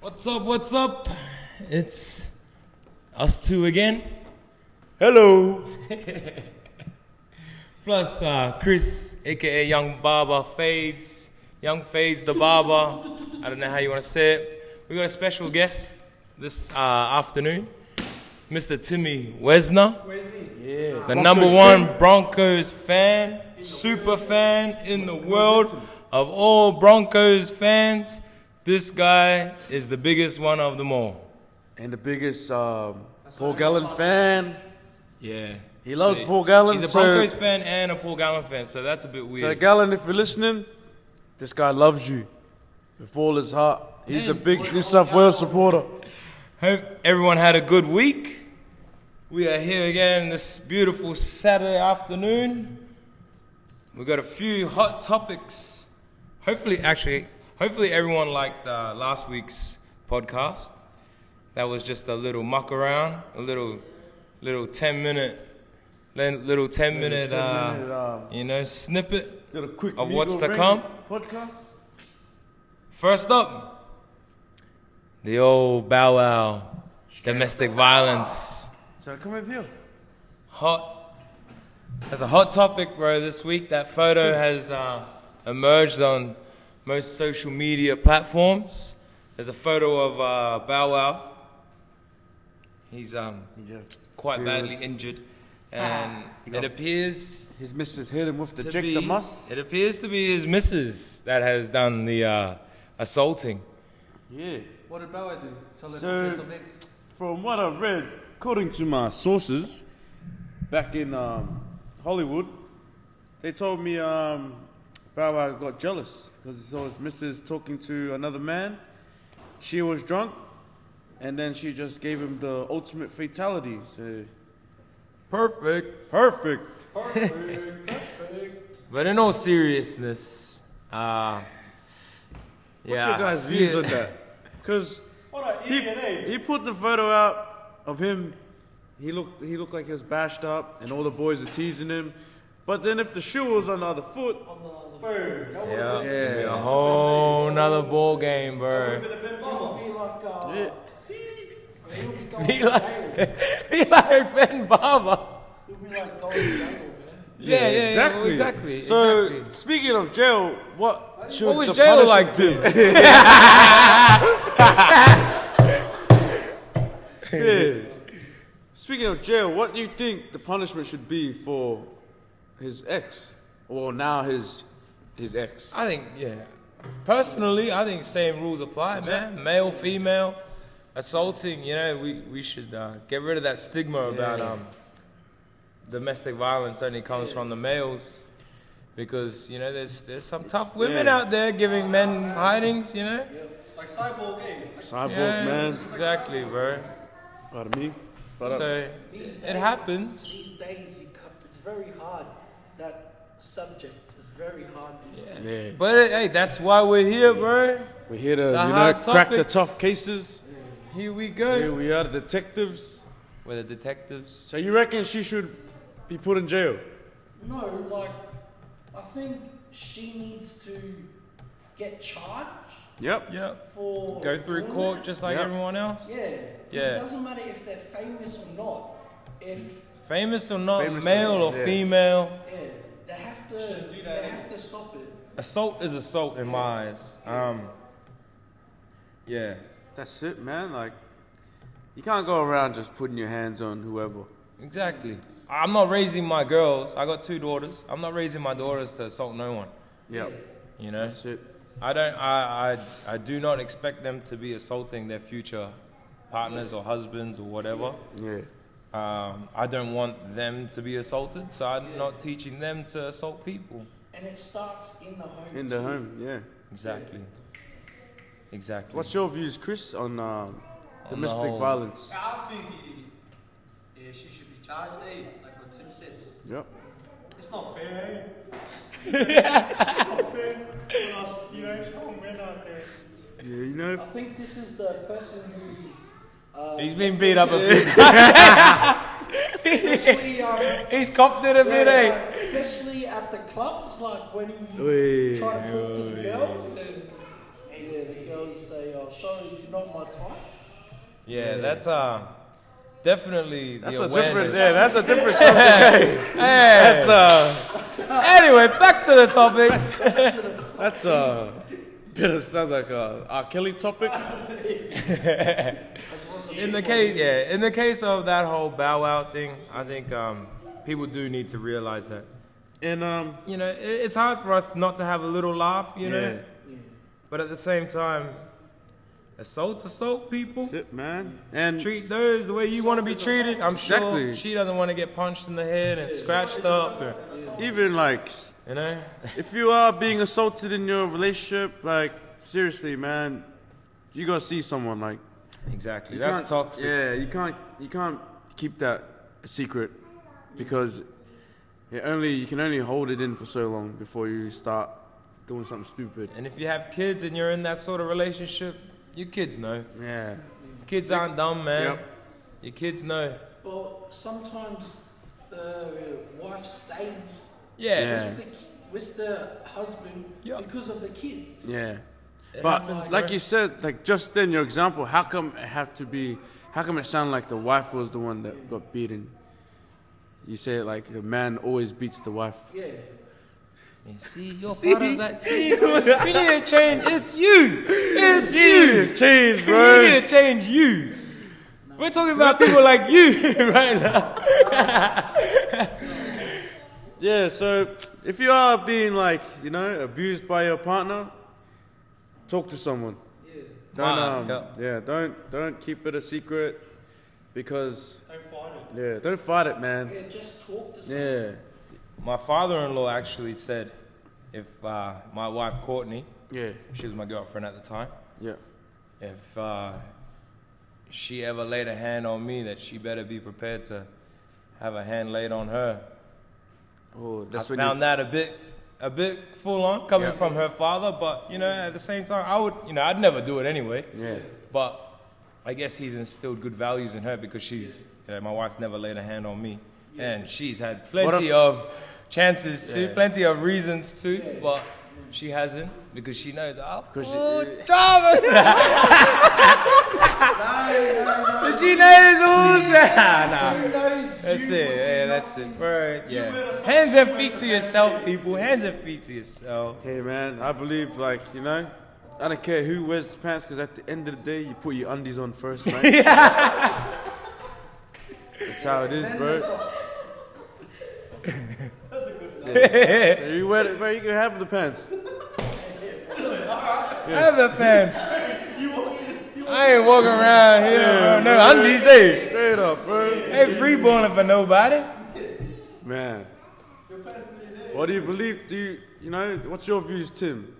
What's up? What's up? It's us two again, Hello. plus uh, Chris, aka Young Baba Fades, Young Fades the Barber. I don't know how you want to say it. We got a special guest this uh, afternoon, Mr. Timmy Wesner, Yeah. the number one Broncos fan, super fan in the world of all Broncos fans. This guy is the biggest one of them all. And the biggest um, Paul Gallen fan. Yeah. He loves Paul Gallen, He's a so- Broncos fan and a Paul Gallen fan, so that's a bit So weird. Gallen, if you're listening, this guy loves you with all his heart. He's a big New South Wales supporter. Hope everyone had a good week. We are here again this beautiful Saturday afternoon. We got a few hot topics. Hopefully, actually, hopefully everyone liked uh, last week's podcast. That was just a little muck around, a little, little ten minute, little ten minute, minute, uh, um, you know, snippet. Got a quick Of what's legal to ring- come? Podcast. First up, the old Bow Wow domestic violence. So come over here. Hot. That's a hot topic, bro, this week. That photo has uh, emerged on most social media platforms. There's a photo of uh, Bow Wow. He's um, Yes. quite He badly was- injured. And it appears His missus hit him with the to Jack be- the Mus. It appears to be his missus that has done the uh, assaulting. Yeah. What did Bower do? Tell us So- so, something. From what I've read, according to my sources, back in um, Hollywood, they told me um, Bow Wow got jealous because he saw his missus talking to another man. She was drunk, and then she just gave him the ultimate fatality. So Perfect. perfect. But in all seriousness, uh, What's yeah, your guys' see views it- on that? Because he, he put the photo out of him. He looked he looked like he was bashed up, and all the boys are teasing him. But then if the shoe was on the other foot, Yeah, Yeah. yeah. a whole nother ball game, bro. Be like, uh, yeah, he'll be going Be to jail. like, be like Ben Barber. He'll be like going to jail, man. Yeah, yeah, exactly. Yeah, exactly. So exactly. speaking of jail, what should What was the jail punishment like to? him? be? Speaking of jail, what do you think the punishment should be for his ex, or now his his ex? I think, yeah. Personally, I think same rules apply, man. Male, female, assaulting. You know, we we should uh, get rid of that stigma about um, domestic violence only comes from the males, because you know there's there's some tough women yeah. out there giving men hidings. You know, Like cyborg game. Cyborg yeah, man, exactly, bro. pardon me. But uh, So These it happens. These days, you ca it's very hard. That subject is very hard these days. yeah, But hey, that's why we're here, bro. we're here to you The know hard crack the topics. tough cases. Here we go. Here we are, detectives. We're the detectives. So you reckon she should be put in jail? No, like, I think she needs to get charged Yep. Yep. for. Go through doing court that. just like Yep. everyone else. Yeah. Yeah. It doesn't matter if they're famous or not. If Famous or not, Famous or male not, or yeah. female, yeah, they have to. They have to stop it. assault is assault in my eyes. Um, yeah. That's it, man. Like, you can't go around just putting your hands on whoever. Exactly. I'm not raising my girls. I got two daughters. I'm not raising my daughters to assault no one. Yep. You know. That's it. I don't. I, I. I do not expect them to be assaulting their future partners or husbands or whatever. Yeah. Um, I don't want them to be assaulted, so I'm not teaching them to assault people. And it starts in the home. In the too. home, yeah. Exactly. Exactly. What's your views, Chris, on um, the domestic whole- violence? I think eh, yeah, she should be charged, eh? Like what Tim said. Yep. It's not fair, eh? it's not fair. When us, you know, strong men out there. Yeah, you know. I think this is the person who's. Uh, He's been beat up a few times. especially, um, He's copped it a bit, eh? especially at the clubs, like when he Oi. try to talk to the girls, and yeah, the girls say, "Oh, sorry, you're not my type. Yeah, that's uh, definitely the That's a different. awareness. Yeah, that's a different subject. Hey. That's uh, anyway, back to the topic. that's uh, bit of sounds like a R. Kelly topic. In the case, yeah, in the case of that whole bow out thing, I think um, people do need to realize that. And um, You know, it, it's hard for us not to have a little laugh. You know, Yeah. but at the same time, assault, assault people. that's it, man. And Treat those the way you want to be treated. I'm sure Exactly. she doesn't want to get punched in the head and scratched up. and- even like, you know, if you are being assaulted in your relationship, like seriously, man, you gotta see someone. Like, exactly. you can't- That's toxic. Yeah, you can't you can't keep that a secret because it only you can only hold it in for so long before you start doing something stupid. And if you have kids and you're in that sort of relationship, your kids know. Yeah. Kids aren't dumb, man. Yep. Your kids know. But sometimes the wife stays Yeah. Yeah. with, the, with the husband Yeah. because of the kids. Yeah. It But happens, like bro. you said, like just then your example, how come it have to be? How come it sound like the wife was the one that got beaten? You say like the man always beats the wife. Yeah. Yeah, See, you're part of that. See, we need to change. It's you. It's you. Change, We need to change you. We're talking about people like you right now. Yeah. So if you are being like you know abused by your partner, talk to someone. Don't Ah, um, yeah. yeah. Don't don't keep it a secret because Don't fight it. yeah. Don't fight it, man. Yeah, just talk to someone. Yeah. My father-in-law actually said, if uh, my wife Courtney, Yeah. she was my girlfriend at the time, Yeah. if uh, she ever laid a hand on me, that she better be prepared to have a hand laid on her. Oh, that's I when you found that a bit, a bit full on coming Yeah. from her father, but you know, at the same time, I would, you know, I'd never do it anyway. Yeah. But I guess he's instilled good values in her because she's, you know, my wife's never laid a hand on me, and she's had plenty if- of chances to, Yeah. plenty of reasons to, but she hasn't because she knows. Oh, she- fool, drama. But she knows all that. Nah. Who knows? That's you it. would do Yeah, that's it. nothing. Right. Yeah. Hands and feet to yourself, people. Hands and feet to yourself. Hey man, I believe like you know, I don't care who wears the pants because at the end of the day, you put your undies on first, man. That's how it is, And the bro. socks. So you wear it, bro. You can have the pants. I have the pants. I ain't walking around here. bro. No undies, hey. Straight up, bro. Ain't freeballing for nobody. Man, what do you believe? Do you you know? What's your views, Tim?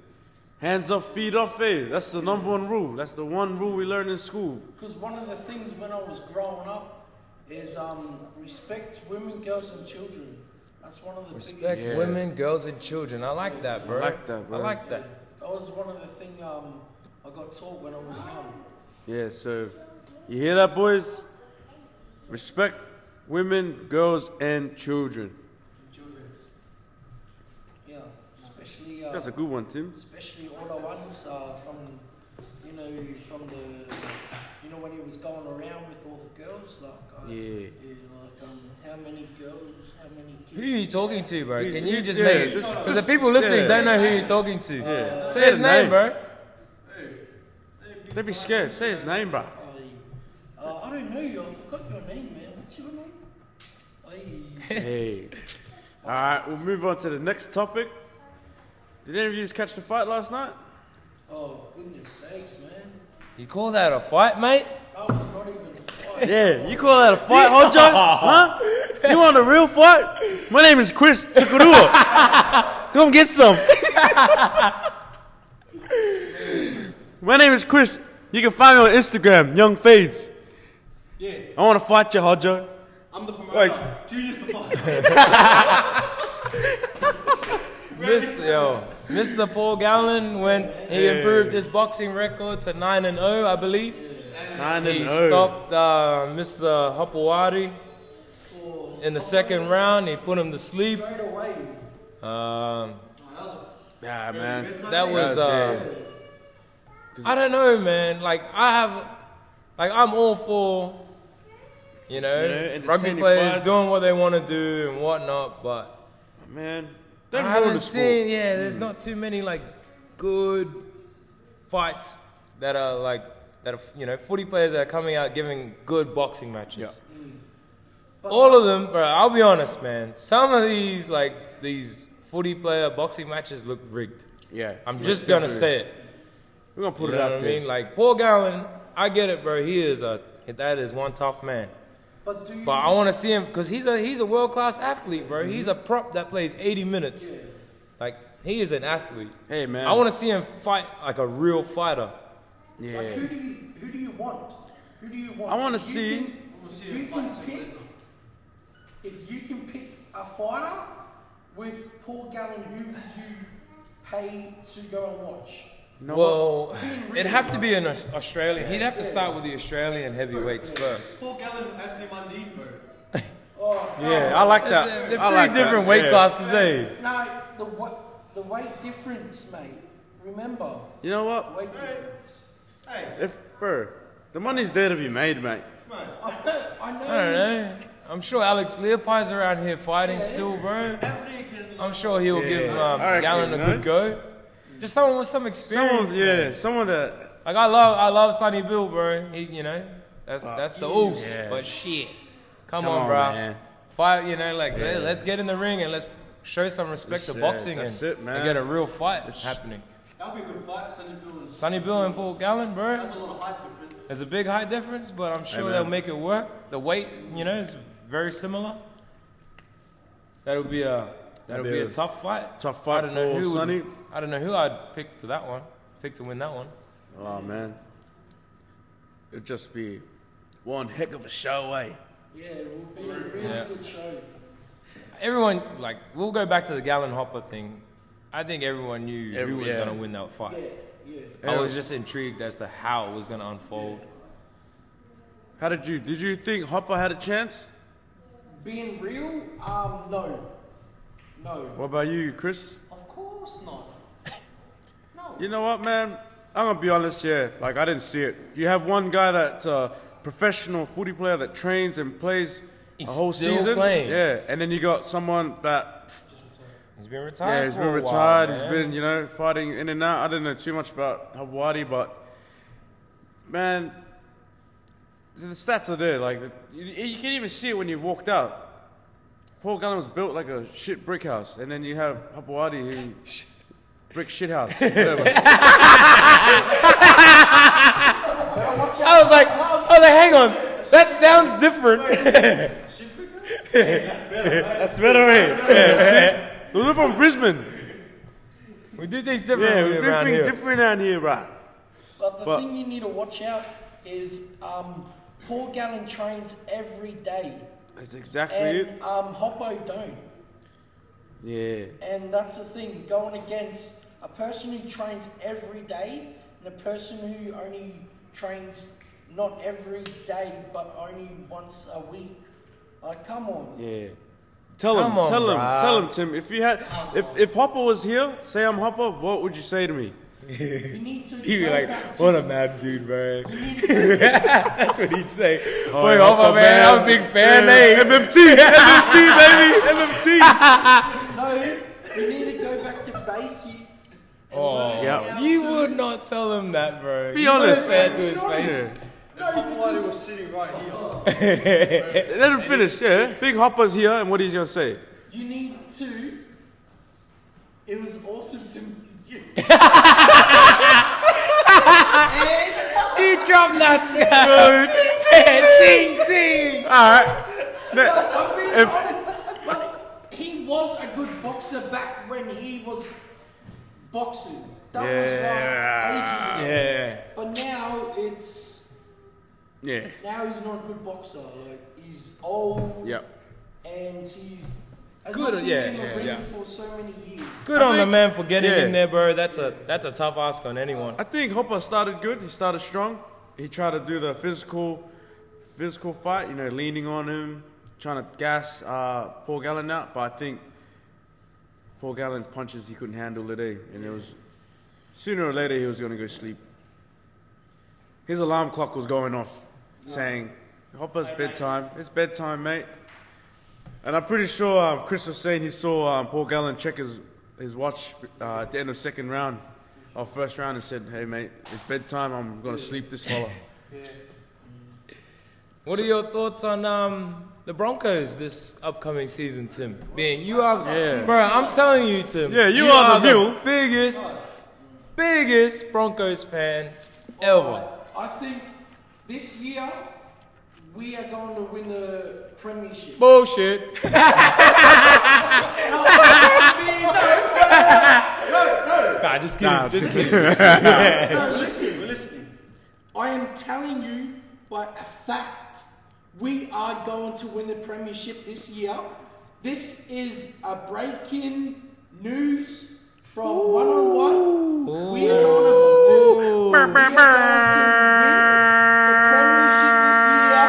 Hands off, feet off, eh? That's the number one rule. That's the one rule we learn in school. Because one of the things when I was growing up is um, respect women, girls, and children. That's one of the Respect biggest. women, girls, and children. I like that, bro. I like that, bro. I like that. That was one of the things um, I got taught when I was young. Yeah, so you hear that, boys? Respect women, girls, and children. Children. Yeah, especially. Uh, That's a good one, Tim. especially all the ones uh, from, you know, from the, you know, when he was going around with all the girls, like, uh, Yeah. like um, how many girls, how many Who kids? are you talking to, bro? Who- Can who- you just yeah, name? just- Because just- the people listening yeah. don't know who you're talking to. Say, Say his the name, name. bro. Don't be scared. Say his name, bro. I, uh, I don't know you. I forgot your name, man. What's your name? I, hey. All right, we'll move on to the next topic. Did any of you catch the fight last night? oh goodness sakes, man. You call that a fight, mate? That was not even a fight. Yeah, you call that a fight, Hojo? huh? You want a real fight? My name is Chris Tukurua. Come get some. My name is Chris. You can find me on Instagram, Young Fades. Yeah, I want to fight you, Hojo. I'm the promoter. Like- Junior's the fight. Mr. Yo, Mr. Paul Gallen, when he improved his boxing record to 9 and 0, I believe, Nine he stopped uh, Mr. Hopawari in the second round. He put him to sleep. Straight away. Um, Nah, man. that was. That's Uh, I don't know, man. Like I have, like I'm all for, you know, You know, rugby entertaining players vibes. doing what they want to do and whatnot. But man. I Don't ruin haven't the sport. Mm. seen, yeah, there's not too many like good fights that are like that are you know footy players that are coming out giving good boxing matches. But All of them, bro. I'll be honest, man. Some of these like these footy player boxing matches look rigged. Yeah, I'm just gonna say definitely. it. We're gonna put you it know out what there. I mean? Like Paul Gallen, I get it, bro. He is a that is one tough man. but do you But I want to see him because he's a he's a world class athlete, bro. He's a Mm-hmm. prop that plays 80 minutes. Like he is an athlete. Hey, man. I want to see him fight like a real fighter. Yeah. like, who do you who do you want? Who do you want? I wanna If you see- can- you can pick if you can pick a fighter with Paul Gallen, who would you pay to go and watch? You know what? well, it'd have to be an Aus- Australian. He'd have to start with the Australian heavyweights first. Paul Gallen and Anthony Mundine, bro. Yeah, I like that. They're- They're, they're pretty like that, different weight yeah. classes, eh? No, the wa- the weight difference, mate. Remember, You know what? weight difference. Hey, If bro, the money's there to be made, mate. man. I know. I I know. don't know. I'm sure Alex Leopi's around here fighting Yeah. still, bro. Anthony can. I'm sure he'll Yeah. give um, I reckon, Gallon a you good go. Just someone with some experience. Someone, yeah, someone that Like I love, I love Sonny Bill, bro. He, you know, that's that's the oops. yeah. But shit, come, Come on, on, bro. man. Fight, you know, like Yeah. let, let's get in the ring and let's show some respect That's to it. boxing and, That's it, man. and get a real fight It's- happening. That'll be a good fight, Sonny Bill. is- Sonny Bill and Paul Gallen, bro. That's a lot of height difference. There's a big height difference, but I'm sure man. they'll make it work. The weight, you know, is very similar. That'll be a that'll be be a a tough fight. tough fight I don't know for who would- Sonny. I don't know who I'd pick to that one. Pick to win that one. Oh man, it'd just be one heck of a show, eh? Yeah, it will be a really Yeah. good show. Everyone, like, we'll go back to the Gallon Hopper thing. I think everyone knew Every- who was yeah. going to win that Yeah, fight. yeah. I was just intrigued as to how it was going to unfold. How did you? Did you think Hopper had a chance? Being real, um, no, no. What about you, Chris? Of course not. You know what, man? I'm gonna be honest here. Like, I didn't see it. You have one guy that's a professional footy player that trains and plays He's a whole still season. playing. Yeah, and then you got someone that He's been retired. yeah, he's for been a while, retired. he's man. been you know fighting in and out. I don't know too much about Hawaii, but man, the stats are there. Like, you, you can even see it when you walked out. Paul Gunn was built like a shit brick house, and then you have Hapuati who brick shit house. Whatever. I was like, I was like, hang on. That sounds different. That's better, eh? Yeah, see? We live from Brisbane. we do things differently Yeah, we do around things here. different down here, right? But the But- thing you need to watch out is um, Paul Gallen trains every day, That's exactly and it. um, Hoppo don't. Yeah. And that's the thing, going against a person who trains every day and a person who only trains not every day but only once a week. Like, come on. Yeah. Tell him, Come on, tell him, bruh. tell him, Tim. If you had, if if Hopper was here, say I'm Hopper. What would you say to me? You need to. He'd be go like, back to- what a mad dude, bro. you need to- That's what he'd say. Oh, Boy, Hopper, man, I'm a big fan, eh? MMT, MMT, baby, MMT. no, you need to go back to base. You, and learn Yeah. how You to- would not tell him that, bro. Be You wouldn't honest. say it to his Be honest. face. No, Somebody because was sitting right here. Let him finish. Yeah, Big Hopper's here, and what he's gonna say? You need to. It was awesome to meet you. He dropped nuts. ding, ding. All right. Ne- I'm being If- honest, but he was a good boxer back when he was boxing. That was like ages ago. Yeah. But now it's Yeah. now he's not a good boxer. Like he's old Yep. and he's has Good, not been yeah, in the yeah, ring yeah. for so many years. Good I on the think- man for getting yeah. in there, bro. That's a that's a tough ask on anyone. I think Hopper started good. He started strong. He tried to do the physical, physical fight. You know, leaning on him, trying to gas uh, Paul Gallen out. But I think Paul Gallen's punches he couldn't handle it, eh? and it was sooner or later he was going to go sleep. his alarm clock was going off, saying, "Hopper's bedtime. It's bedtime, mate." And I'm pretty sure um, Chris was saying he saw um, Paul Gallen check his his watch uh, at the end of second round, or first round, and said, "Hey, mate, it's bedtime. I'm gonna sleep this fella." What are your thoughts on um, the Broncos this upcoming season, Tim? Man, you are, bro. I'm telling you, Tim. Yeah, you are the mule. biggest, biggest Broncos fan ever. I think this year we are going to win the premiership. Bullshit. No, I mean, no, Nah, just kidding. Nah, just just kidding. no, no, no, no, listen. I am telling you by a fact, we are going to win the premiership this year. This is a breaking news from 101. We are going to, we are going to win the premiership this year.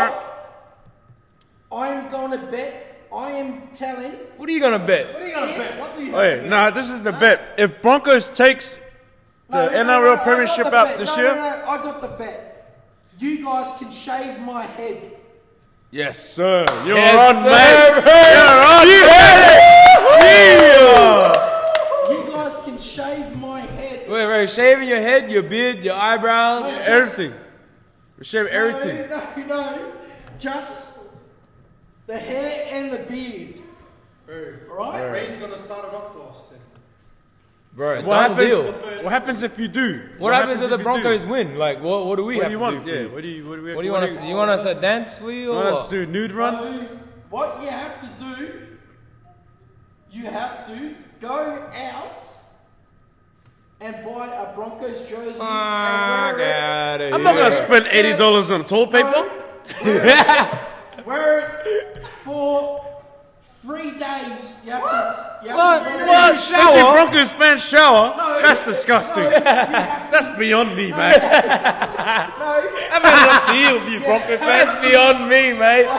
I am going to bet, I am telling, What are you gonna bet? What are you gonna bet? What do you? Hey, nah, this is the bet. If Broncos takes No, the no, NRL no, no, I got Premiership the out bet. this No, year, No, no, I got the bet. You guys can shave my head. yes, sir. You're Yes, on, sir. mate. You're on. You You guys can shave my head. Wait, wait. Shaving your head, your beard, your eyebrows. Everything. We shave everything. No, no, no. Just the hair and the beard. Alright? Ray's gonna start it off for us then. Bro, What done happens? deal. What happens if you do? What happens if the you Broncos do? win? Like, what? What do we What have do you to want? do? Yeah. for What do you? What do we? What do you want us? You want us to dance for you? You Or want us what? to do nude run? So, what you have to do, you have to go out and buy a Broncos jersey Ah, and get wear it. outta I'm not here. gonna spend eighty dollars on toilet paper. Wear it for three days. You have to. You have What? To wear it. What? Shower? Shower? Broncos fans shower? No, That's no, disgusting. you have That's beyond me, man. to- no, I've had enough to deal with you, Broncos That's fans. beyond me, mate.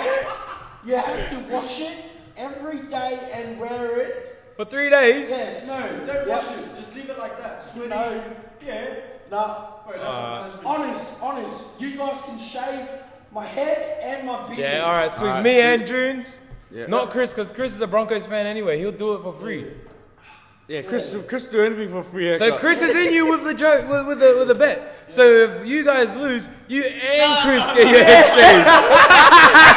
you have to wash it every day and wear it. For three days. Yes. No, Yep. don't wash it. Just leave it like that. Sweaty. No. Yeah. No. Bro, that's a punishment. Honest, honest. You guys can shave my head and my beard. Yeah, all right, sweet. All right, Me sweet. and Junes. Yeah. Not Chris, because Chris is a Broncos fan anyway. He'll do it for free. Yeah, Chris, Chris do anything for a free haircut. So Chris is in you with the joke, with, with the with the bet. So if you guys lose, you and Chris get your head shaved.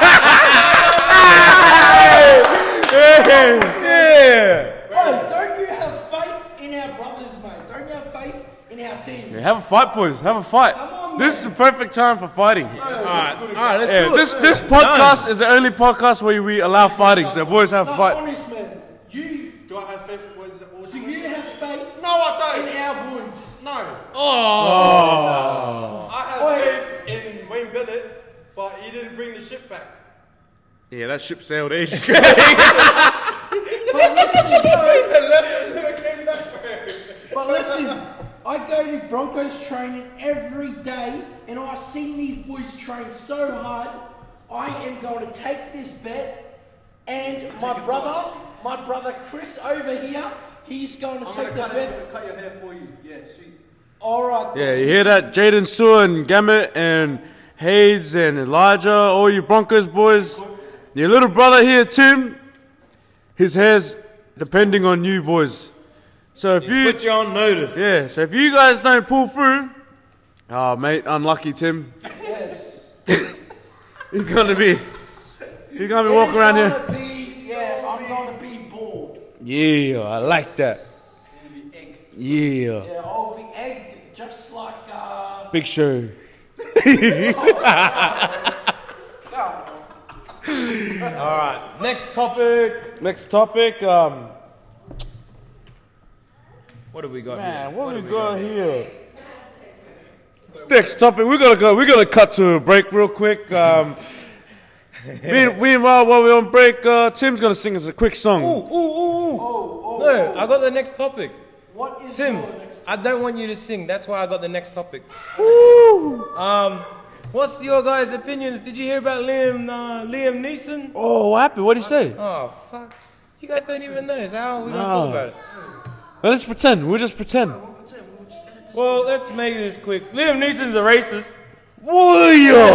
yeah. Oh, don't you have faith in our brothers, mate? Don't you have faith in our team? Yeah, have a fight, boys. Have a fight. Come on, this is man. the perfect time for fighting. Bro, All right, all right, let's Yeah, do it. this this podcast is the only podcast where we allow fighting. So boys, have a no, fight. honest, man. You, Do I have faith in what is it? all do you have faith No, I in don't. our boys? No. Oh, I have Oi. faith in Wayne Bennett, but he didn't bring the ship back. Yeah, that ship sailed ages. But listen, no, Never came back, bro. But listen, I go to Broncos training every day and I've seen these boys train so hard. I am going to take this bet and my brother, my brother Chris over here, he's going to I'm take gonna the cut, bet. it, cut your hair for you. Yeah, sweet. All right. Yeah, you hear that? Jaden Sewer and Gamet and Hayes and Elijah, all you Broncos boys. Your little brother here, Tim, his hair's depending on you boys. So if you, put you on notice. yeah, so if you guys don't pull through, oh mate, unlucky Tim. Yes. He's gonna be, he's gonna be walking around here. It's gonna be- yeah, I'm going to be bored. Yeah, I like that. Yeah, Yeah, I'll be egged just like uh. big show. No. All right, next topic. Next topic, um, What have we got Man, here? what, we have got here? Next topic, we're gonna go. We're gonna cut to a break real quick. Um, me, and- me and Ra, while we're on break, uh, Tim's gonna sing us a quick song. Ooh, ooh, ooh, ooh. Oh, oh, No, oh. I got the next topic. What is Tim, your next? I don't want you to sing. That's why I got the next topic. Um, what's your guys' opinions? Did you hear about Liam uh, Liam Neeson? Oh, what happened? What did he say? Oh fuck! You guys don't even know. So how are we gonna No. talk about it? Let's pretend. We'll just pretend. Well, let's make this quick. Liam Neeson's a racist. Warrior.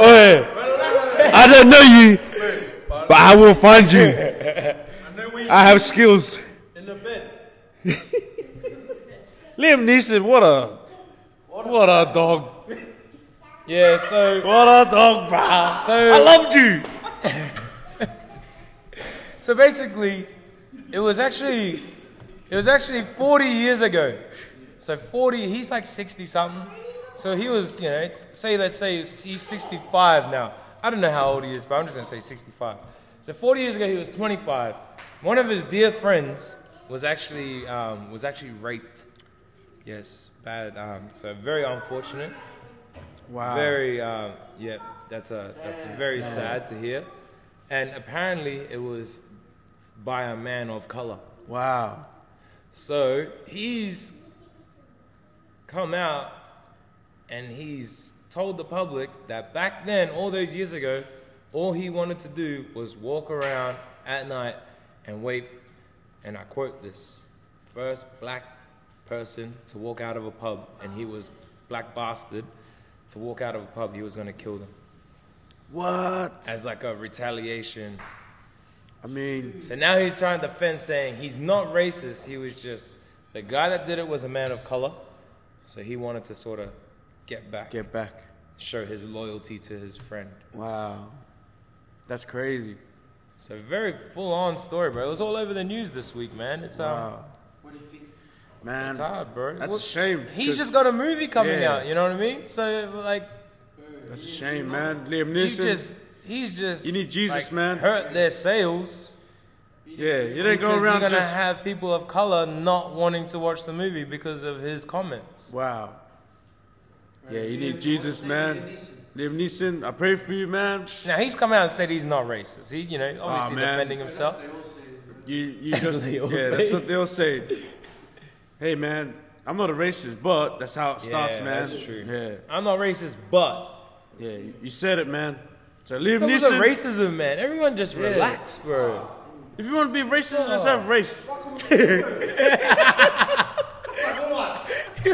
Hey, I don't know you, but I will find you. I know we I have skills. in the bed. Liam Neeson, what a, what a dog, Yeah, so what a dog, bruh. so I loved you. So basically, it was actually it was actually 40 years ago. So 40, he's like 60 something. So he was, you know, say let's say he's 65 now. I don't know how old he is, but I'm just gonna say 65. So 40 years ago, he was 25. One of his dear friends was actually um, was actually raped. Yes, bad. Um, so very unfortunate. Wow. Very, um, yeah, that's a that's very sad to hear. And apparently, it was by a man of color. Wow. So he's come out and he's told the public that back then, all those years ago, all he wanted to do was walk around at night and wait. And I quote this first black person to walk out of a pub, and he was black bastard to walk out of a pub, he was gonna kill them What? as like a retaliation. I mean, So now he's trying to defend saying he's not racist. He was just the guy that did it was a man of color, so he wanted to sort of get back, get back. show his loyalty to his friend. Wow. That's crazy. So very full on story, bro. It was all over the news this week, man. It's um, Wow. Man, it's hard, bro. that's a What- shame. He's just got a movie coming Yeah. out. You know what I mean? So like, That's a shame, man. Liam he Neeson. just he's just You need Jesus, like, man. Hurt their sales. yeah, you didn't go because around you're gonna just. have people of color not wanting to watch the movie because of his comments. wow. Yeah, you need Jesus, man. Liam Neeson, I pray for you, man. Now he's come out and said he's not racist. He, you know, obviously man. defending himself. You, you That's what just. they Yeah, all that's say. what they'll say. Hey, man, I'm not a racist, but that's how it starts, Yeah, man. that's true. Yeah, I'm not racist, but yeah, you- you said it, man. So Liam some of the Neeson, racism, man. Everyone just relax, bro. if you want to be racist, let's have race. You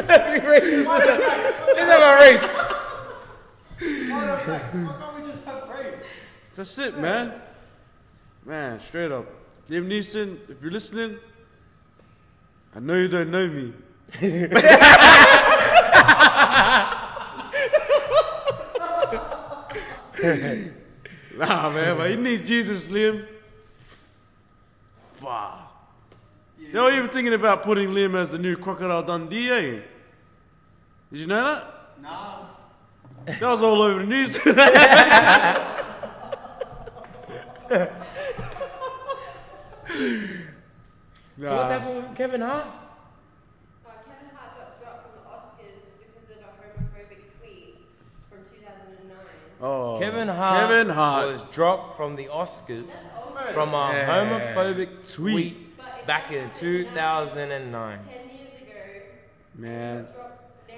gotta be racist. Let's have, let's have a race. Why can't we just have break? That's it, man. Man, straight up. Liam Neeson, if you're listening, I know you don't know me. nah, man, but you need Jesus, Liam. Fuck. They were even thinking about putting Liam as the new Crocodile Dundee, eh? Did you know that? Nah. That was all over the news. So what's happening with Kevin Hart? Uh, Kevin Hart got dropped from the Oscars because of a homophobic tweet from 2009. Oh. Kevin Hart, Kevin Hart. was dropped from the Oscars from a homophobic tweet back in 2009. 10 years ago, Man. dropped now,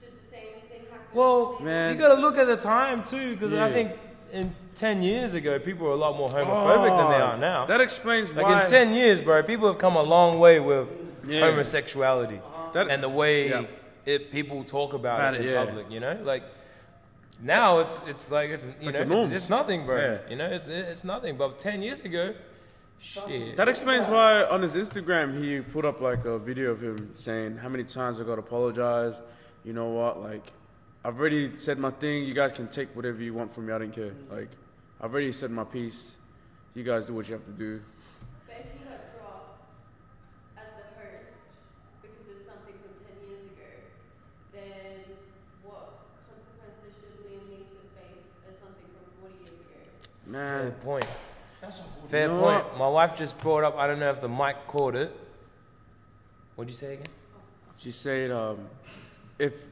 should the same thing happen? Well, Man. you got to look at the time too, because Yeah. I think in 10 years ago, people were a lot more Oh, homophobic than they are now. That explains Like why. in 10 years, bro, people have come a long way with Yeah. homosexuality That- and the way Yeah. it, people talk about, About it it, in yeah. public, you know? Like, now it's it's like, it's, you like know, the it's, norms. it's nothing, bro. Yeah. You know, it's, it's nothing. But 10 years ago, shit. that explains why on his Instagram he put up like a video of him saying how many times I got to apologize. You know what? Like, I've already said my thing. You guys can take whatever you want from me. I don't care. Like, I've already said my piece. You guys do what you have to do. But if he got dropped as the host because of something from 10 years ago, then what consequences should Liam Neeson face as something from 40 years ago? Fair Man. point. Fair You know point. what? My wife just brought up, I don't know if the mic caught it. What'd you say again? She said, um, if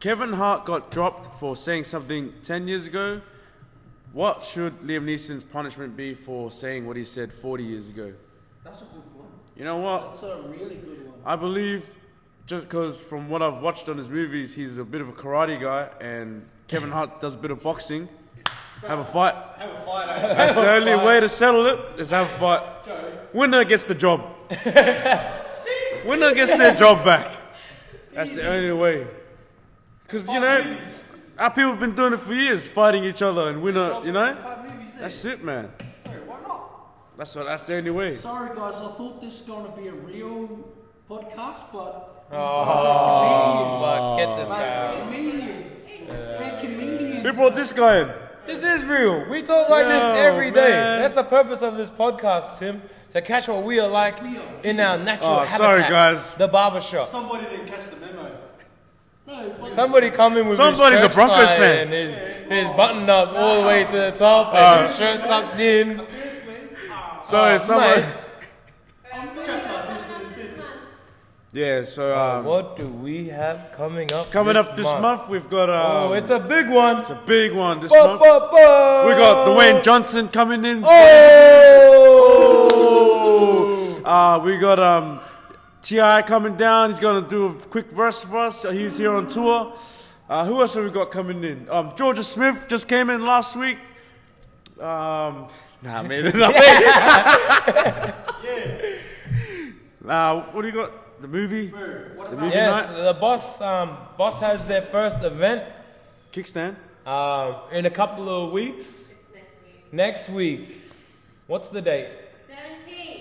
Kevin Hart got dropped for saying something 10 years ago, what should Liam Neeson's punishment be for saying what he said 40 years ago? That's a good one. You know what? That's a really good one. I believe just because from what I've watched on his movies, he's a bit of a karate guy and Kevin Hart does a bit of boxing. Have a fight. Have a fight, eh? That's the only way to settle it is have a fight. Joe. Winner gets the job. Winner gets their job back. That's the only way. Because, you know, our people have been doing it for years, fighting each other, and we're not, you know? Five movies there. That's it, man. Bro, why not? That's what. That's the only way. Sorry, guys, I thought this was going to be a real podcast, but these guys Fuck, get this guy are out. comedians. Mate, comedians. They're comedians. Who brought this guy in? This is real. We talk like this Yo, every day. man. That's the purpose of this podcast, Tim. To catch what we are like in our natural Oh, habitat. sorry, guys. The barbershop. Somebody didn't catch the memo. No, but Somebody come in with Somebody's his a church Broncos tie fan. and his, his button up all the way to the top and Uh, his shirt tucked in. Sorry, someone. Uh, Mate, Yeah. So um, what do we have coming up? coming Uh, this up this month, we've got um, Oh, it's a big one. it's a big one this Ba, month. ba, Oh! ba. We got Dwayne Johnson Oh, coming in. Oh! Uh, we got um, Ti coming down. He's gonna do a quick verse for us. He's here on tour. Uh, who else have we got coming in? Um, Georgia Smith just came in last week. Um, nah, I made it up. Nah, what do you got? The movie, the movie Yes, night, the boss. Um, boss has their first event. kickstand. Um, in a couple of weeks. Next week. What's the date?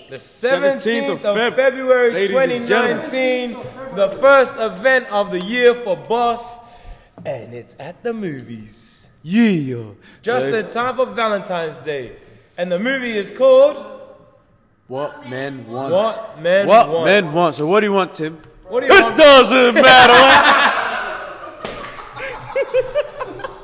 The 17th, 17th of, of Feb, February ladies and gentlemen. 2019. The first event of the year for Boss. And it's at the movies. Yeah. Just in time for Valentine's Day. And the movie is called What men want. What Men What Want. men want. So what do you want, Tim? What do you It want? doesn't matter.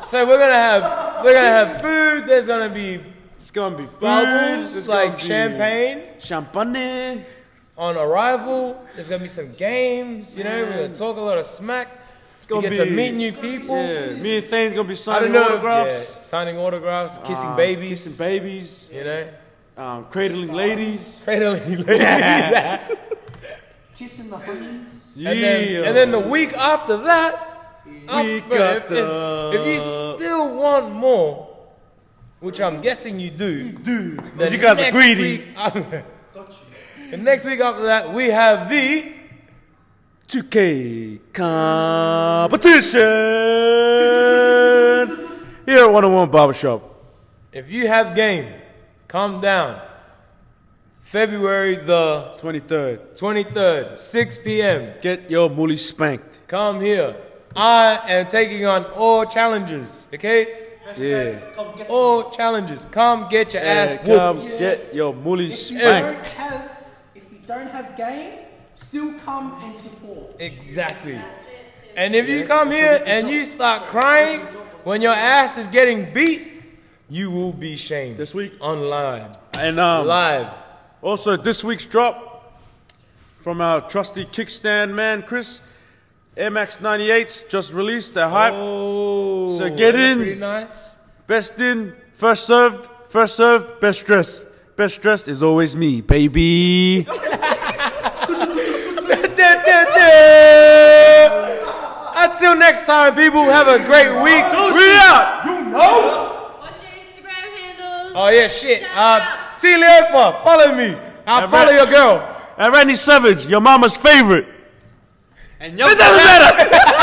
So we're gonna have we're gonna have food, there's gonna be it's gonna be food. bubbles it's gonna like be champagne. Champagne. on arrival. There's gonna be some games. You know, we're gonna talk a lot of smack. You gonna get to be- meet new people. Yeah, me and Thane's gonna be I don't signing know. autographs, yeah, signing autographs, kissing um, babies. kissing babies, you know, um, cradling ladies. cradling ladies. Yeah. kissing the honeys. Yeah. And, then, and then the week after that, I'll- Week bro, if- after- if, if you still want more, which I'm guessing you do, you do. you guys are greedy. and next week after that, we have the 2K competition here at 101 Barbershop. If you have game, calm down. February the 23rd. 23rd, 6 p.m. Get your moolie spanked. Come here. I am taking on all challenges, okay? Yeah. Come get some. All challenges. Come get your Yeah, ass come whooped. get your moolie If you spanked. don't have, if you don't have game, still come and support. Exactly. And if you come here and you start crying when your ass is getting beat, you will be shamed. This week? Online. And um, Live. also this week's drop from our trusty kickstand man, Chris. Air Max 98's just released. They're hype. Oh. So get that's in. Pretty nice. Best in, first served, first served, best dressed. Best dressed is always me, baby. Until next time, people, have a great week. We out! What's your Instagram handle? Oh yeah, shit. Uh, T. Leofa, follow me. I'll And follow Ren- your girl. And Randy Savage, your mama's favorite. And your it doesn't matter!